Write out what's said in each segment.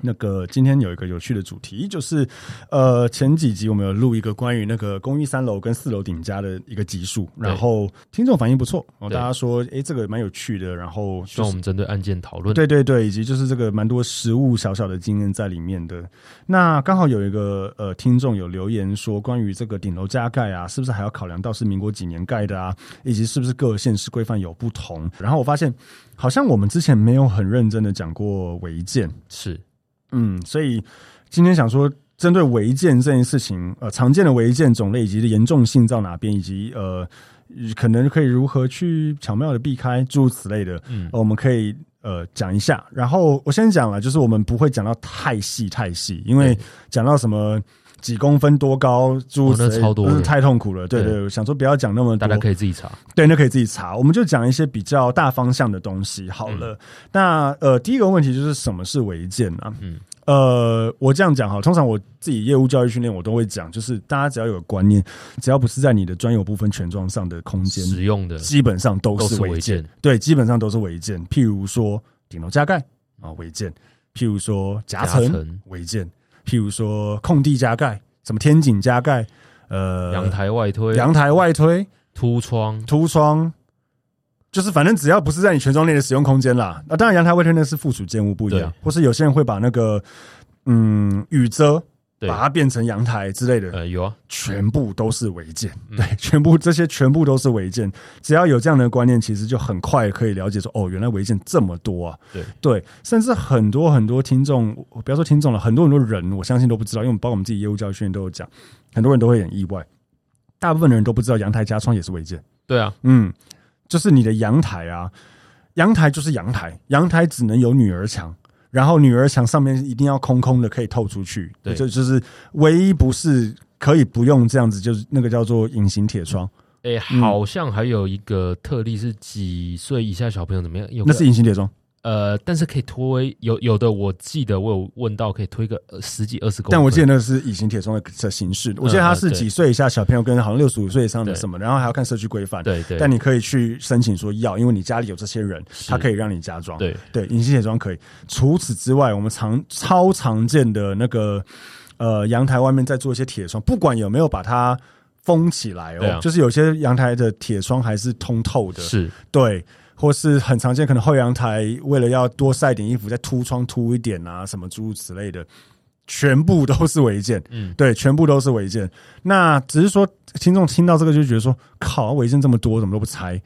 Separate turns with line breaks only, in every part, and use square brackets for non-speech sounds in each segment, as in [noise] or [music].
那个今天有一个有趣的主题，就是呃前几集我们有录一个关于那个公寓三楼跟四楼顶加的一个集数，然后听众反应不错，哦，
对
大家说诶这个蛮有趣的，然后
希
就是
望我们针对案件讨论。
对对对，以及就是这个蛮多实物小小的经验在里面的。那刚好有一个呃听众有留言说，关于这个顶楼加盖啊，是不是还要考量到是民国几年盖的啊，以及是不是各县市规范有不同？然后我发现好像我们之前没有很认真的讲过违建。
是
嗯，所以今天想说，针对违建这件事情，呃，常见的违建种类以及严重性到哪边，以及呃，可能可以如何去巧妙的避开诸如此类的，
嗯
呃我们可以呃讲一下。然后我先讲了，就是我们不会讲到太细太细，因为
对
讲到什么。几公分多高，诸如
哦
此
那
类，
超多的
真是太痛苦了。对
对
对，我想说不要讲那么多，
大家可以自己查。
对，那可以自己查。我们就讲一些比较大方向的东西好了。那呃，第一个问题就是什么是违建啊？
嗯
呃，我这样讲哈，通常我自己业务教育训练我都会讲，就是大家只要有观念，只要不是在你的专有部分权状上的空间，
实用的
基本上都
都
是
是
违
违
建
建。
对，基本上都是违建。譬如说顶楼加盖啊，违建；譬如说夹
夹
层
层
违建；譬如说空地加盖，什么天井加盖，呃，
阳台外推、
阳台外推。
凸窗，
凸窗，就是反正只要不是在你全装内的使用空间啦。那、当然，阳台外推那是附属建物不一样
对，
或是有些人会把那个嗯雨遮
对，
把它变成阳台之类的，
呃，有啊，
全部都是违建。
嗯
对，全部这些全部都是违建。只要有这样的观念，其实就很快可以了解说，哦，原来违建这么多啊。
对
对，甚至很多很多听众，我不要说听众了，很多很多人，我相信都不知道，因为我们包括我们自己业务教育训练都有讲，很多人都会很意外。大部分人都不知道阳台加窗也是违建，
对啊，
嗯，就是你的阳台啊，阳台就是阳台，阳台只能有女儿墙，然后女儿墙上面一定要空空的，可以透出去。
对
这就是唯一不是可以不用这样子，就是那个叫做隐形铁窗，
哎、
嗯
好像还有一个特例是几岁以下小朋友怎么样？有个
那是隐形铁窗，
呃，但是可以推有有的，我记得我有问到可以推个呃十几二十公分，
但我记得那是隐形铁窗的形式。我记得它是几岁以下小朋友跟好像六十五岁以上的
对
什么，然后还要看社区规范。
对对
但你可以去申请说要，因为你家里有这些人，
是
他可以让你加装。
对
对，隐形铁窗可以。除此之外，我们常超常见的那个呃阳台外面再做一些铁窗，不管有没有把它封起来哦，
对啊
就是有些阳台的铁窗还是通透的，
是
对。或是很常见，可能后阳台为了要多晒点衣服，再凸窗凸一点啊，什么诸如此类的，全部都是违建。
嗯
对，全部都是违建。那只是说，听众听到这个就觉得说，靠，违建这么多，怎么都不拆？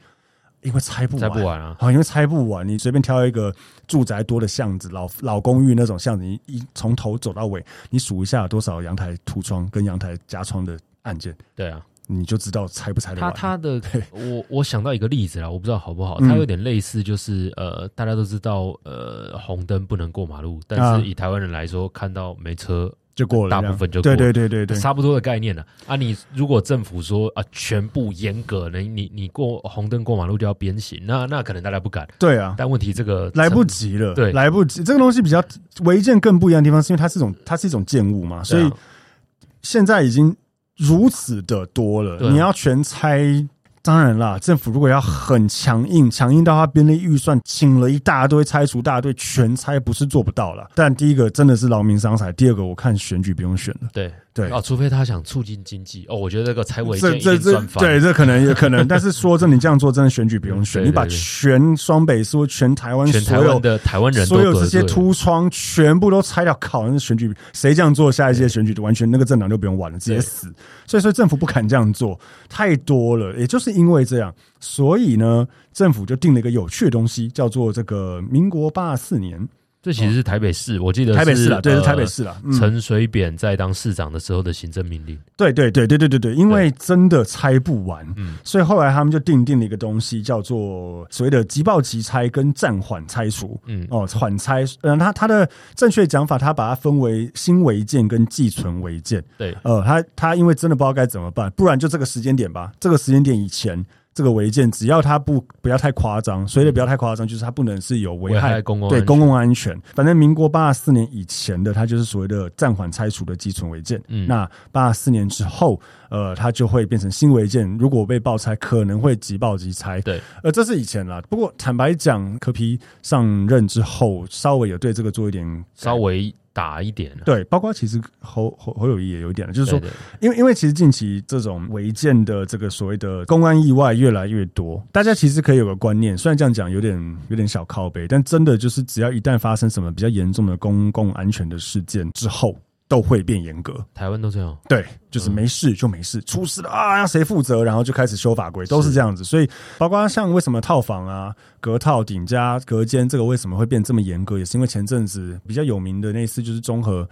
因为拆不
拆不完啊，
啊，因为拆不完，你随便挑一个住宅多的巷子，老老公寓那种巷子，你一从头走到尾，你数一下有多少阳台涂窗跟阳台加窗的案件，
对啊。
你就知道拆不拆得
他
完。[laughs]
他的
对
我我想到一个例子啦，我不知道好不好，
嗯
它有点类似，就是呃，大家都知道呃，红灯不能过马路，
啊
但是以台湾人来说，看到没车，
就过了这样，
大部分就过
对
了
对对对对，
差不多的概念了啊。你如果政府说啊，全部严格，你你你过红灯过马路就要鞭刑，那那可能大家不敢，
对啊，
但问题这
[laughs]
个
来不
成
及了，
对
来不及。这个东西比较违建更不一样的地方，是因为它是一种它是一种建物嘛，所以
对啊
现在已经如此的多了，
对啊
你要全拆。当然啦，政府如果要很强硬，强硬到他编列预算，请了一大堆拆除大队，全拆不是做不到了。但第一个真的是劳民伤财，第二个我看选举不用选了。
对
对，
啊，除非他想促进经济哦，我觉得这个拆违
这
建一
这
定
这
赚，翻，
对，这可
[laughs]
能也可能。但是说真的，你这样做真的选举不用选，
对对
你把
对
全双北市或全台湾
全台
所有
湾的台湾人都
所有这
得
些
罪
凸窗全部都拆掉，靠！那选举谁这样做，下一届选举完全那个政党就不用玩了，直接死。所以说政府不敢这样做，太多了。也就是因为这样，所以呢，政府就定了一个有趣的东西，叫做这个民国八四年
这其实是台北市，我记得
台北市啦，对，是
呃
台北市啦。嗯
陈水扁在当市长的时候的行政命令，
对对对对对对对，因为真的拆不完，所以后来他们就定定了一个东西，叫做所谓的急报急拆跟暂缓拆除。
嗯
哦，缓拆，嗯、它它的正确讲法，它把它分为新违建跟寄存违建。
对，
呃，他他因为真的不知道该怎么办，不然就这个时间点吧，这个时间点以前。这个违建，只要它不不要太夸张，所以的不要太夸张，就是它不能是有危
危
害
害公共
对
安全
公共安全。反正民国八十四年以前的，它就是所谓的暂缓拆除的基存违建。
嗯
那八十四年之后，呃，它就会变成新违建。如果被爆拆，可能会即爆即拆。
对，
呃，这是以前啦。不过坦白讲，柯皮上任之后，稍微有对这个做一点
稍微打一点啊，
对，包括其实侯侯侯友谊也有一点，就是说
对对
因为因为其实近期这种违建的这个所谓的公安意外越来越多，大家其实可以有个观念，虽然这样讲有点有点小靠背，但真的就是只要一旦发生什么比较严重的公共安全的事件之后，都会变严格。
台湾都这样，
对，就是没事就没事，出事了啊，那谁负责？然后就开始修法规，都是这样子。所以，包括像为什么套房啊、隔套、顶加、隔间这个为什么会变这么严格，也是因为前阵子比较有名的那一次就是中和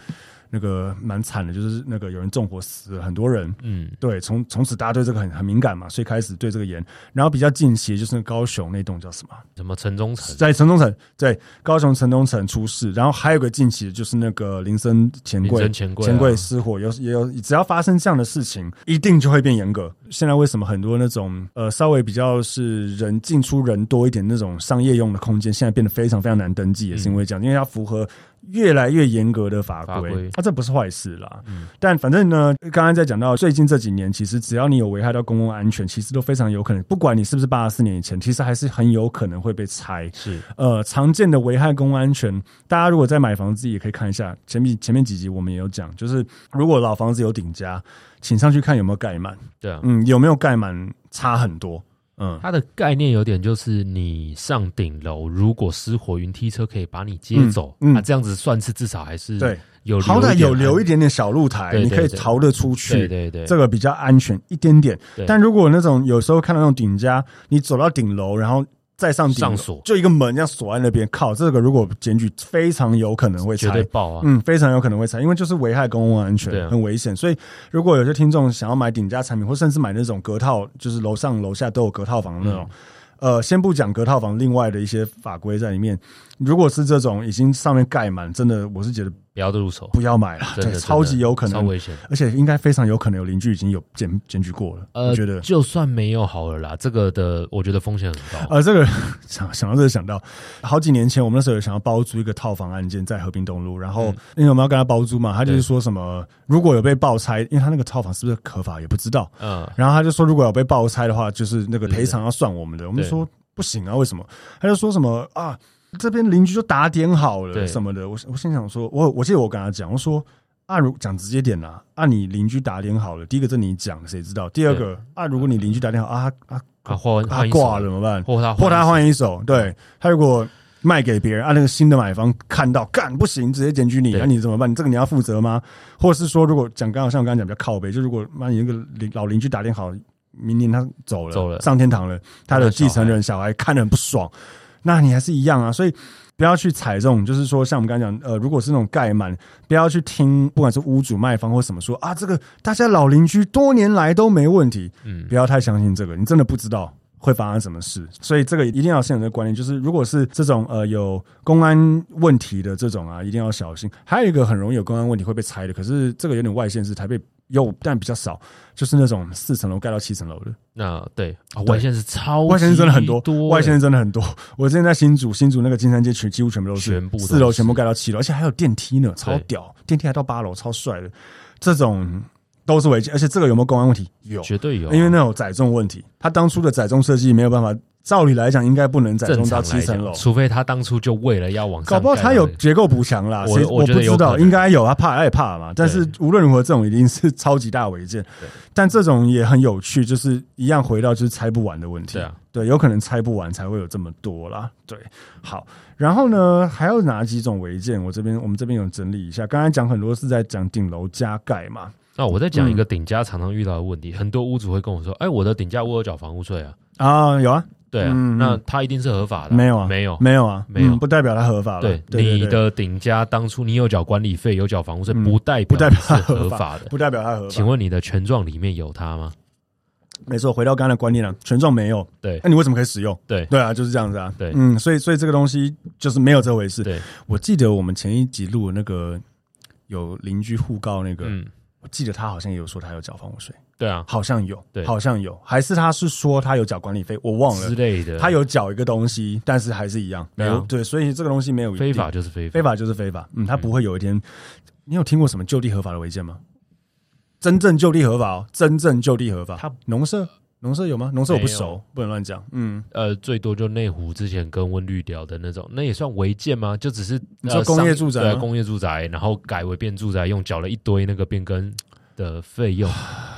那个蛮惨的，就是那个有人纵火死了很多人。
嗯，
对，从从此大家对这个很很敏感嘛，所以开始对这个严。然后比较近期就是那高雄那栋叫什么，啊
什么城中城，
在城中城，对，高雄城中城出事。然后还有个近期就是那个林森钱
林
柜
森，钱柜啊
钱柜失火，有也有，只要发生这样的事情，一定就会变严格。现在为什么很多那种呃稍微比较是人进出人多一点那种商业用的空间，现在变得非常非常难登记，也是因为这样，因为要符合越来越严格的法
嗯法
规。啊
规嗯
那、这不是坏事啦。但反正呢，刚刚在讲到最近这几年，其实只要你有危害到公共安全，其实都非常有可能，不管你是不是八十四年以前，其实还是很有可能会被拆。
是
呃常见的危害公共安全，大家如果在买房子也可以看一下，前面前面几集我们也有讲，就是如果老房子有顶加，请上去看有没有盖满，
对啊，
嗯，有没有盖满差很多，嗯，
它的概念有点就是你上顶楼，如果失火云梯车可以把你接走，
嗯嗯
啊，这样子算是至少还是
对，
有留
好歹有留一
一点
点点小露台，
对
你
对
可以
对
逃得出
痕，对
去，
对对，
这个比较安全一点点
对。
但如果那种有时候看到那种顶加，你走到顶楼，然后。再上顶楼
上锁
就一个门这样锁在那边，靠！这个如果检举，非常有可能会
绝
拆
对爆啊，
嗯，非常有可能会拆，因为就是危害公共安全，
对啊
很危险。所以如果有些听众想要买顶价产品，或甚至买那种隔套，就是楼上楼下都有隔套房的那种。
嗯
呃，先不讲隔套房另外的一些法规在里面，如果是这种已经上面盖满，真的我是觉得
不要入手，
不要买了，
真
对，
的
超级
真的
有可
超
能，
危险。
而且应该非常有可能有邻居已经有检检举过了，
呃，
我觉得
就算没有好了啦，这个的我觉得风险很高。
呃，这个想想到这个想到，好几年前我们那时候有想要包租一个套房案件在和平东路，然后、
嗯
因为我们要跟他包租嘛，他就是说什么如果有被爆拆，因为他那个套房是不是合法也不知道，
嗯，
然后他就说如果有被爆拆的话，就是那个
对对
赔偿要算我们的，我们就
对
说不行啊，为什么？他就说什么啊，这边邻居就打点好了
对
什么的，我我心想说，我我记得我跟他讲，我说。啊，如讲直接点啦、啊，你邻居打点好了，第一个这你讲，谁知道？第二个啊，如果你邻居打点好啊，啊
啊，换
啊
换一
挂了
手
怎么办？
或他
或他
一手嗯
换一手，对他如果卖给别人，啊，那个新的买方看到，干不行，直接检举你，
对
那、你怎么办？你这个你要负责吗？或者是说，如果讲刚好像我刚刚讲比较靠背，就如果妈你那个邻老邻居打电好，明年他走了，
走了
上天堂了，他的继承人小孩看得很不爽，那你还是一样啊，所以。不要去踩这种，就是说，像我们刚刚讲，呃，如果是那种盖满，不要去听，不管是屋主、卖方或什么说啊，这个大家老邻居多年来都没问题，
嗯
不要太相信这个，你真的不知道会发生什么事。所以这个一定要有现有的观念，就是如果是这种呃有公安问题的这种啊，一定要小心。还有一个很容易有公安问题会被拆的，可是这个有点外线是台北有，但比较少，就是那种四层楼盖到七层楼的，
那对啊，
对
外线是超
外线真的很
级
多
多，欸
外线真的很多。我之前在新竹，新竹那个金山街区几乎全部都是，
全部都
四楼
是
全部盖到七楼，而且还有电梯呢，超
对
屌，电梯还到八楼，超帅的。这种都是违建，而且这个有没有公安问题？有，
绝对有啊，
因为那有载重问题，它当初的载重设计没有办法，照理来讲应该不能载
正
重到
常来
七层
讲
楼。
除非他当初就为了要往上
搞
盖到那
不
个，
好它有结构补强啦，
我
谁
我
我
觉
不
得
知
有
道，
可能
应该有，他怕他也怕嘛。但是
对
无论如何，这种一定是超级大违建
对。
但这种也很有趣，就是一样回到就是拆不完的问题。
对啊，
对，有可能拆不完才会有这么多啦。对，好，然后呢，还有哪几种违建？我这边我们这边有整理一下，刚才讲很多是在讲顶楼加盖嘛，
那我再讲
嗯
一个顶家常常遇到的问题，很多屋主会跟我说：“哎，我的顶价我有缴房屋税啊。
啊，有啊，”
对啊，
嗯嗯
那它一定是合法的啊，
没有啊，
没有，
没有啊，
没有
嗯不代表它合法了。
对
对，对
你
对
的顶家当初你有缴管理费，有缴房屋税，
嗯
不代
不代表
是
它合
合
法
法的。
不代表它合法。
请问你的权状里面有它吗？
没错，回到刚才的观念了，权状没有，
对
那哎你为什么可以使用？
对
对啊，就是这样子啊。
对
嗯，所以所以这个东西就是没有这回事。
对，
我记得我们前一集录的那个有邻居互告那个，
嗯，
我记得他好像也有说他有缴房屋税，
对啊
好像有，
对
好像有，还是他是说他有缴管理费，我忘了，
之类的，
他有缴一个东西，但是还是一样没
对啊
有对，所以这个东西没有一定
非法，就是非法，
非法就是非法，嗯，他不会有一天。你有听过什么就地合法的违建吗？真正就地合法哦，真正就地合法。
他
农舍农舍有吗？农舍我不
没有
熟，不能乱讲。嗯，
呃，最多就内湖之前跟温绿调的那种，那也算违建吗？就只是
你说
呃
工业
商
住宅
对
吗
工业住宅，然后改为变住宅用，缴了一堆那个变更的
[sighs]
费用，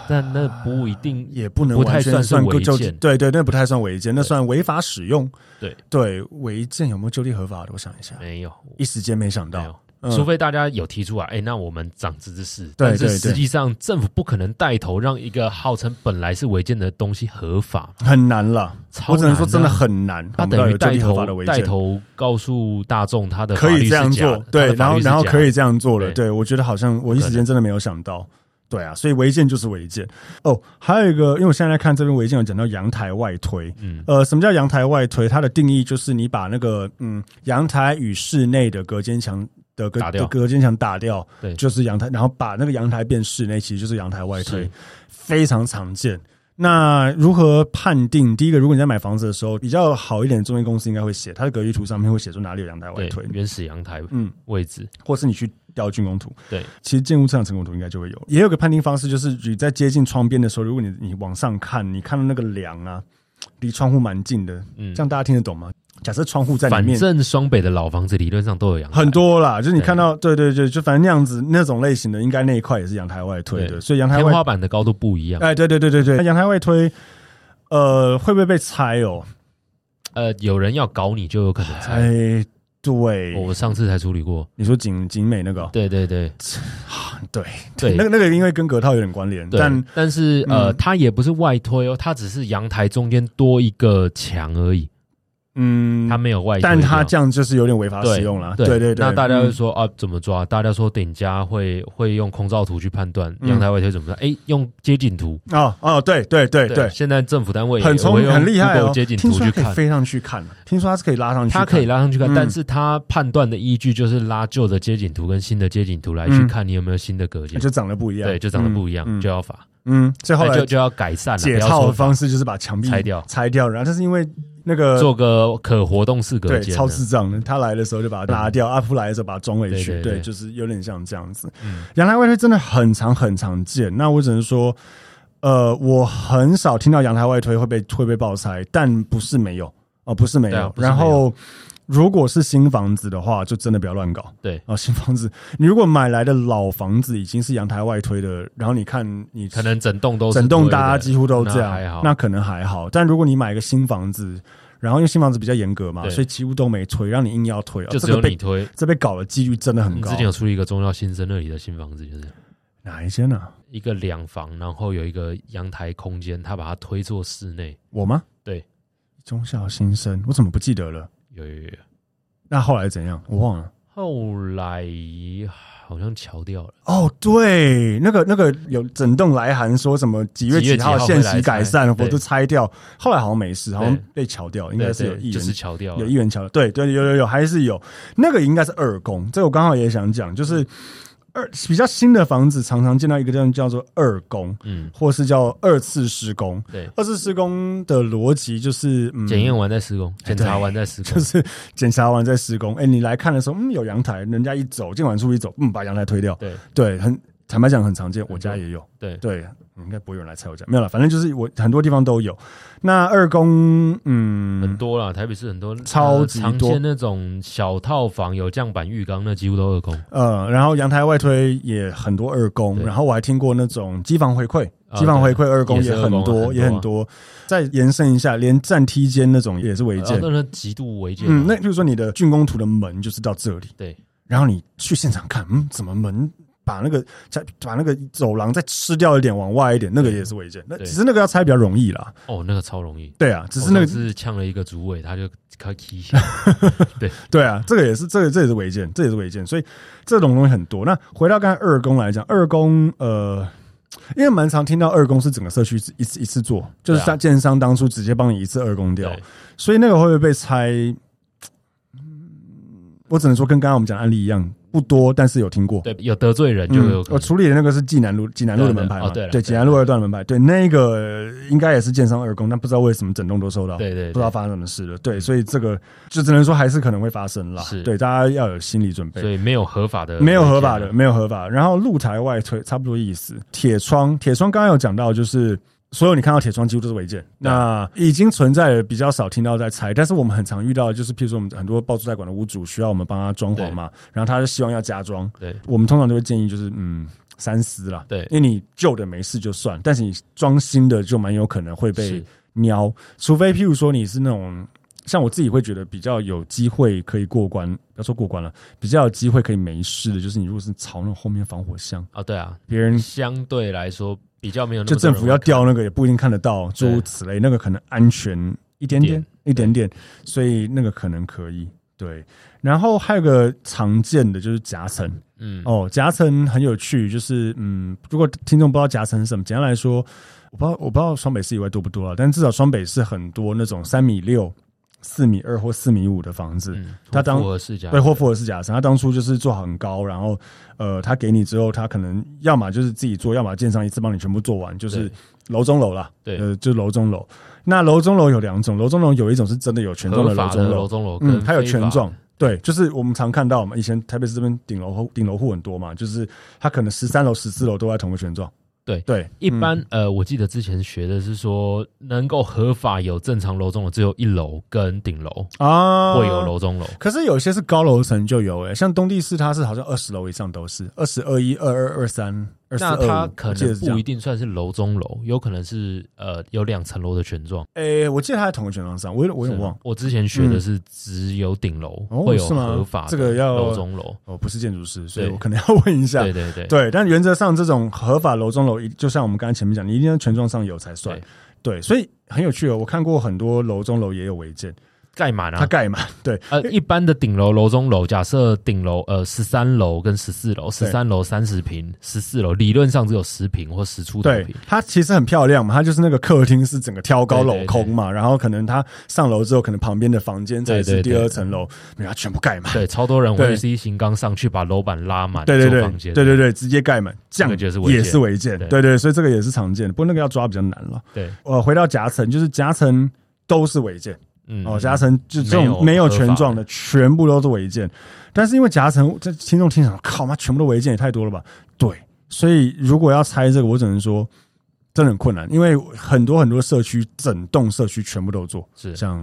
但那不一定
也不能
不太
完全
算是
算
违
就
建
对对，那不太算违建，那算违法使用。
对
对，违建有没有就地合法的？我想一下，
没有
一时间没想
没
到。
有。
嗯
除非大家有提出来，哎、那我们长知识。
对
但是
对对
实际上政府不可能带头让一个号称本来是违建的东西合法，
很难了，
超
我只能
难
说
啊
真的很难。
他
我们到
等
底
于
有就
带
地合法的
头
违
带
建，
头告诉大众他的法
可
律
以
是
这样
假
做
的，
对，
他的
然
法
后
律是
然后
假
可
的
以这样做了，
对
对我觉得好像我一时间真的没有想到，对啊，所以违建就是违建哦。还有一个，因为我现在在看这边违建有讲到阳台外推，
嗯
呃，什么叫阳台外推？它的定义就是你把那个嗯阳台与室内的隔间墙的隔
打掉
的隔间墙打掉，
对
就是阳台，然后把那个阳台变室内，其实就是阳台外推
是，
非常常见。那如何判定？第一个，如果你在买房子的时候，比较好一点的中介公司应该会写它的格局图上面会写出哪里有阳台外
对
推，
原始阳台
嗯，
位置，
或是你去调竣工图，
对，
其实建物测量成果图应该就会有。也有个判定方式，就是你在接近窗边的时候，如果你你往上看，你看到那个梁啊，离窗户蛮近的，
嗯
这样大家听得懂吗？假设窗户在里
反
面
正双北的老房子理论上都有阳台，
很多啦，就是你看到，对对对，就反正那样子那种类型的，应该那一块也是阳台外推的，
对
所以阳台
天
外，
花板的高度不一样。
哎，对对对对对，那阳台外推，呃，会不会被拆哦？
呃，有人要搞你就有可能拆。哦
哎，对，
我上次才处理过。
你说景景美那个哦，
对对对
[sighs] 对，
对，
那个那个因为跟隔套有点关联，
对
但
但是
嗯
呃，它也不是外推哦，它只是阳台中间多一个墙而已，
嗯
它，没有外推掉。
但他这样就是有点违法
对
使用了。
对
对对对，
那大家会
嗯
说啊，怎么抓？大家说顶家会会用空照图去判断
嗯
阳台外推怎么抓？哎，用街景图。
哦哦，对对对对，
现在政府单位也
很聪
会
明，
用
很厉害哦。
Google 街景
听
图
说
去
它可以
看。
飞上去看，啊听说它是可以拉上去，
它可以。拉上去看，
嗯
但是它判断的依据就是拉旧的街景图跟新的街景图来去
嗯
看你有没有新的隔间，
就长得不一样，
对，就长得不一样，
嗯嗯
就要罚，
嗯，所以后
哎就
来
就要改善了，
解
不要
套
说
的
罚
方式就是把墙壁
拆掉
拆掉，然后但是因为那个
做个可活动式隔
对
间，
超智障的，他来的时候就把它拉掉，阿夫来的时候把它装回去，
对对对嗯
对，就是有点像这样子。阳台外推真的很常很常见，那我只能说，呃，我很少听到阳台外推会被会被爆拆，但不是没有哦，不是没
对啊
有。
不是没有
然后，如果是新房子的话，就真的不要乱搞。
对
哦，新房子，你如果买来的老房子已经是阳台外推的，然后你看你
可能整栋都是
整栋
推的
大家几乎都这样，
那还好
可能还好。但如果你买一个新房子，然后因为新房子比较严格嘛，
对
所以几乎都没推，让你硬要推，
就
哦、这
只
个
有
被
你推。
这被搞的几率真的很
你
高啊
之。前有出一个中药新生那里的新房子，就是
哪一间呢、啊
一个两房，然后有一个阳台空间，他把它推做室内，
我吗？
对，
中校新生，我怎么不记得了？
有有有。有
那后来怎样？我忘了。
后来好像桥掉了，
哦，对，那个那个有整栋来函说什么几月
几月
几号
几号
限
会来
时改善，
拆
我都拆掉。后来好像没事，好像
对
被敲掉，应该是有
对
议
对就
员
是桥掉
有
了
一。元桥，对对，有有有，还是有那个应该是二宫，这个我刚好也想讲，
嗯
就是二比较新的房子常常见到一个叫叫做二宫，
嗯，
或是叫二次施工。
对，
二次施工的逻辑就是，嗯，
检验完再施工，检查完再施工
就。是检查完再施工。哎，你来看的时候，嗯，有阳台，人家一走，建管处一走，嗯，把阳台推掉。
对
对，很坦白讲，很常见，我家也有。
对，
对，嗯应该不会有人来拆我家，没有了，反正就是我很多地方都有。那二宫，
很
嗯，
多啦，台北市很多
超级多
呃常见那种小套房有降板浴缸，那几乎都二公。
呃，然后阳台外推也很多二宫，
对
然后我还听过那种机房回馈，
啊
机房回馈二宫
也是
很
二宫
多，
啊
也很
很
多。再延伸一下，连站梯间那种也是违
啊
建。嗯
那那极度违建啊。
嗯，那比如说你的竣工图的门就是到这里，
对
然后你去现场看，嗯，怎么门把那个再把那个走廊再吃掉一点，往外一点，那个也是违建。那
对
只是那个要拆比较容易啦，
哦，那个超容易，
对啊，只是那
我
个
上次呛了一个主委，他就他踢一下，
对啊，这个也是，这个这也是违建，这也是违建，所以这种东西很多。那回到刚才二宫来讲，二宫呃，因为蛮常听到二宫是整个社区是一次一次做，就是
对啊
商建商当初直接帮你一次二宫掉
对，
所以那个会不会被拆？嗯我只能说跟刚刚我们讲的案例一样，不多，但是有听过。
对，有得罪人就
嗯
有可
我
能。
处理的那个是济南路济南路的门牌嘛？
对对哦对了
济南路二段的门牌，对，那个呃应该也是建商二宫，但不知道为什么整栋都收到。
对对
不知道
对，嗯
发生什么事了。对，所以这个就只能说还是可能会发生啦
是。
对，大家要有心理准
所
备。
以呃没有合法的，啊
没有合法的，，没有合法。然后露台外推差不多意思。铁窗，铁窗刚刚有讲到，就是所有你看到铁窗几乎都是违建。那已经存在的比较少听到在拆，但是我们很常遇到，就是譬如说我们很多包租代管的屋主需要我们帮他装潢嘛，然后他就希望要加装，
对
我们通常都会建议就是嗯。三思啦，
对
因为你旧的没事就算，但是你装新的就蛮有可能会被
是
瞄，除非譬如说你是那种像我自己会觉得比较有机会可以过关，不要说过关了，比较有机会可以没事的，就是你如果是朝那种后面防火巷，
啊，对啊，
别人
相对来说比较没有那
嗯就
么多
政
人
府要
会看
调那个也不一定看得到，诸如
对
此类，那个可能安全一点点
点，
一点点，所以那个可能可以。对，然后还有个常见的就是夹层，
嗯
哦，夹层很有趣，就是嗯，如果听众不知道夹层是什么，简单来说，我不知道我不知道双北市以外多不多啊，但至少双北市很多那种三米六、四米二或四米五的房子，
嗯，
他当
复合世家
对，霍福尔斯夹层，他当初就是做很高，然后呃，他给你之后，他可能要么就是自己做，要么建商一次帮你全部做完，就是
对
楼中楼啦，
对
呃，就楼中楼。那楼中楼有两种，楼中楼有一种是真的有权状
合
的楼
法
中
的
楼
楼，中楼，
嗯，
跟
还有
非法
权状，对，就是我们常看到嘛，以前台北市这边顶楼户顶楼户很多嘛，就是他可能十三楼、十四楼都在同个权状，
对
对，
一
嗯
般、呃，我记得之前学的是说，能够合法有正常楼中楼，只有一楼跟顶楼
啊
会有。楼中楼，
可是有些是高楼层就有诶、欸像东地市它是好像二十楼以上都是二十二一、二二、二三、二四、
那它可能不一
定。
定算是楼中楼，有可能是呃有两层楼的权状。
诶、我记得它在同个权状上，我有我有点忘嗯
是，我之前学的是只有顶楼、
哦
会有
是吗
合法的
这个要
楼中楼，
哦，不是建筑师，所以
对
我可能要问一下。
对对对，
对，但原则上这种合法楼中楼，一就像我们刚才前面讲，你一定要权状上有才算。对，所以很有趣哦。我看过很多楼中楼也有违建，
盖满
它
啊。
盖满，对，
呃，一般的顶楼、楼中楼，假设顶楼呃十三楼跟十四楼，十三楼三十平，十四楼理论上只有十平或十出头
对
平，，
它其实很漂亮嘛，它就是那个客厅是整个挑高镂空嘛，然后可能它上楼之后，可能旁边的房间才是
对对
第
对
二层楼，没有，它全部盖满。
[laughs] 对，超多人
对
会 C 型刚上去把楼板拉满，
对对
做
对
房间
对对对，直接盖满，这
这
样
个就是违
也
建
是违建。
对
对对，所以这个也是常见的，不过那个要抓比较难了。
对
呃，回到夹层，就是夹层都是违建。
嗯，
哦，夹层就这种
没有
没有
合法
权状
的
的，全部都是违建。但是因为夹层，这听众听想，靠妈，全部都违建也太多了吧？对，所以如果要拆这个，我只能说真的很困难，因为很多很多社区，整栋社区全部都做，
是
像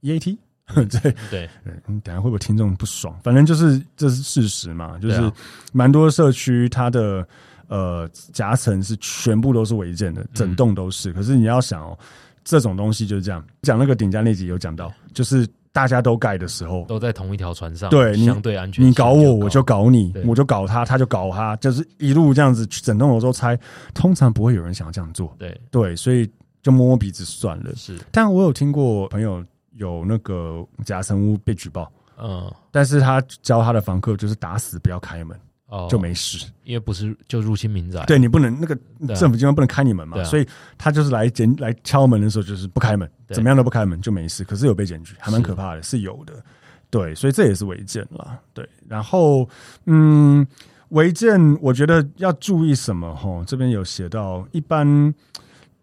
E EAT。对，
对，
嗯，等一下会不会听众不爽？反正就是这是事实嘛，就
对
是
啊
蛮多社区它的呃夹层是全部都是违建的，
嗯
整栋都是。可是你要想哦，这种东西就是这样。讲那个顶加那集有讲到，就是大家都盖的时候，
都在同一条船上，
对你
相对安全性
你
比较
搞
高，
我，我就搞你
对，
我就搞他，他就搞他，就是一路这样子，整栋楼都拆。通常不会有人想要这样做，
对，
对，所以就摸摸鼻子算了。
是，
但我有听过朋友有那个夹层屋被举报。
嗯，
但是他教他的房客就是打死不要开门，
哦，
就，没事。
因为不是就入侵民宅，
对你不能那个
对啊
政府机关不能开你门嘛，
对啊
所以他就是来检来敲门的时候就是不开门，
对
怎么样都不开门就没事。可是有被检举，还蛮
是
可怕的，是有的。对，所以这也是违建啦。对，然后嗯，违建我觉得要注意什么？哈，这边有写到一般。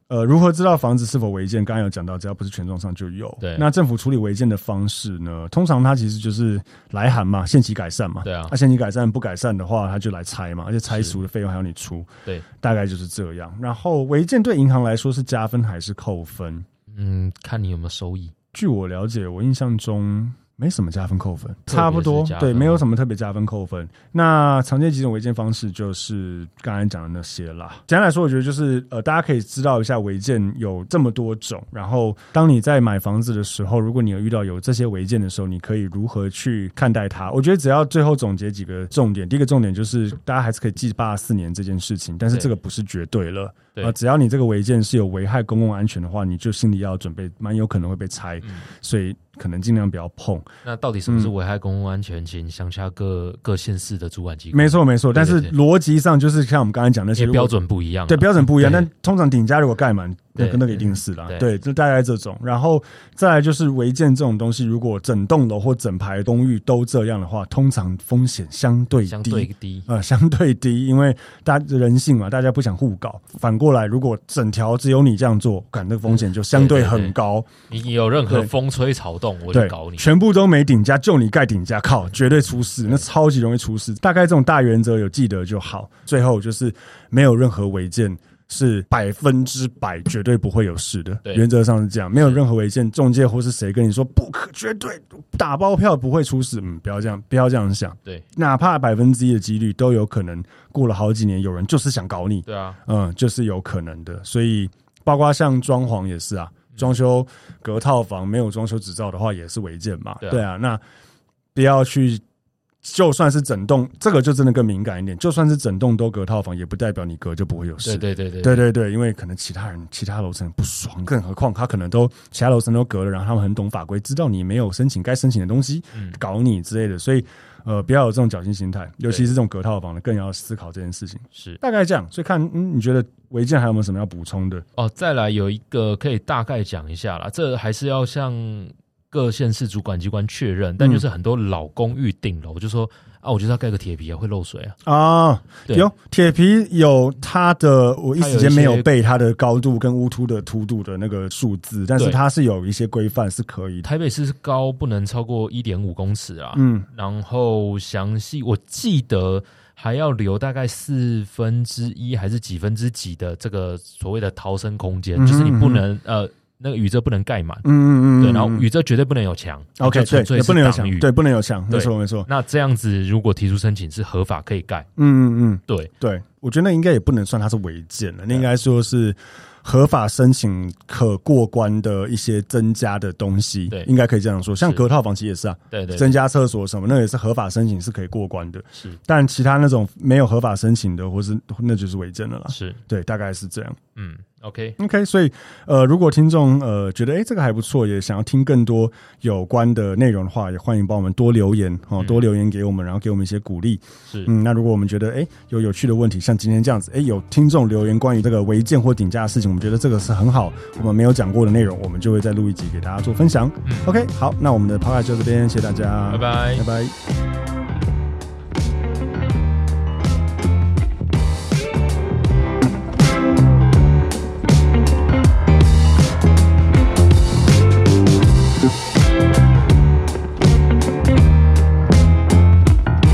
呃，如何知道房子是否违建？刚刚有讲到，只要不是权状上就有。
对
那政府处理违建的方式呢？通常它其实就是来函嘛，限期改善嘛。
对啊
那限期改善不改善的话，他就来拆嘛，而且拆
是
除的费用还要你出。
对，
大概就是这样。然后违建对银行来说是加分还是扣分？
嗯，看你有没有收益，
据我了解，我印象中没什么加分扣分，
特别是
差不多
加分
对，
吗
没有什么特别加分扣分。那常见几种违建方式就是刚才讲的那些啦。简单来说，我觉得就是呃，大家可以知道一下违建有这么多种，然后当你在买房子的时候，如果你有遇到有这些违建的时候，你可以如何去看待它？我觉得只要最后总结几个重点，第一个重点就是大家还是可以记八四年这件事情，但是
对
这个不是绝对了。
对
呃，只要你这个违建是有危害公共安全的话，你就心里要准备，蛮有可能会被拆，
嗯
所以可能尽量不要碰。
那到底什么
嗯
是危害公共安全？请乡下各各县市的主管机关，
没错，没错，
对
但是
对
逻辑上就是像我们刚才讲那些
因为标
如果
准不一样啊，
对标准不一样，
对
但通常顶家如果盖满，那
对
个那个一定是啦。
对
对，就大概这种。然后再来就是违建这种东西，如果整栋楼或整排公寓都这样的话，通常风险相对
相对
低。
低，
呃，相对低，因为大人性嘛，大家不想互搞。反过来，如果整条只有你这样做，感那个风险就相对
对对对
很高。
你有任何
对
风吹草动，我就
对，
搞你。
全部都没顶加，就你盖顶加，靠，绝对出事，那超级容易出事。大概这种大原则有记得就好。最后就是没有任何违建是百分之百绝对不会有事的，
对
原则上是这样，没有任何违建，中介或是谁跟你说不可绝对打包票不会出事，嗯，不要这样，不要这样想，
对
哪怕百分之一的几率都有可能，过了好几年有人就是想搞你，
对啊，
嗯，就是有可能的。所以包括像装潢也是啊，
嗯
装修隔套房没有装修执照的话也是违建嘛，
对啊
对啊，那不要去。就算是整栋，这个就真的更敏感一点。就算是整栋都隔套房，也不代表你隔就不会有事。
对对对对
对对对，因为可能其他人其他楼层不爽，更何况他可能都其他楼层都隔了，然后他们很懂法规，知道你没有申请该申请的东西，
嗯
搞你之类的，所以呃不要有这种侥幸心态，尤其是这种隔套房的，更要思考这件事情。
是
大概这样，所以看嗯，你觉得违建还有没有什么要补充的？
哦。再来有一个可以大概讲一下啦，这还是要向各县市主管机关确认，但
嗯
就是很多老公寓顶楼就说啊，我就是要盖个铁皮啊，会漏水啊。
啊，
对
有铁皮有它的，我一时间没有背它的高度跟屋突的凸度的那个数字，但是
对
它是有一些规范是可以的。
台北市是高不能超过一点五公尺啊，
嗯，
然后详细我记得还要留大概四分之一还是几分之几的这个所谓的逃生空间，
嗯哼
就是你不
嗯哼
能呃那个雨遮不能盖满，
嗯嗯嗯，
对，然后
嗯
宇宙绝对不能有墙
OK
就纯
对，
粹
也
是
不能有
挡雨
墙，。对，不能有墙，没
对
错没错。
那这样子如果提出申请是合法可以盖，
嗯嗯嗯，
对
对，我觉得那应该也不能算它是违建了，那应该说是。合法申请可过关的一些增加的东西，
对
应该可以这样说。像
是
隔套房其实也是啊，
对对，
增加厕所什么，那也是合法申请是可以过关的。
是
但其他那种没有合法申请的，或是那就是违建了啦。
是
对，大概是这样。
嗯，OK，
OK，所以呃，如果听众呃觉得诶这个还不错，也想要听更多有关的内容的话，也欢迎帮我们多留言哦，
嗯
多留言给我们，然后给我们一些鼓励。
是
嗯，那如果我们觉得诶有有趣的问题，像今天这样子，诶有听众留言关于这个违建或顶价的事情，我们觉得这个是很好，我们没有讲过的内容，我们就会再录一集给大家做分享。
嗯
OK，好，那我们的 p o d 就到这边，谢谢大家，
拜拜
拜拜。
拜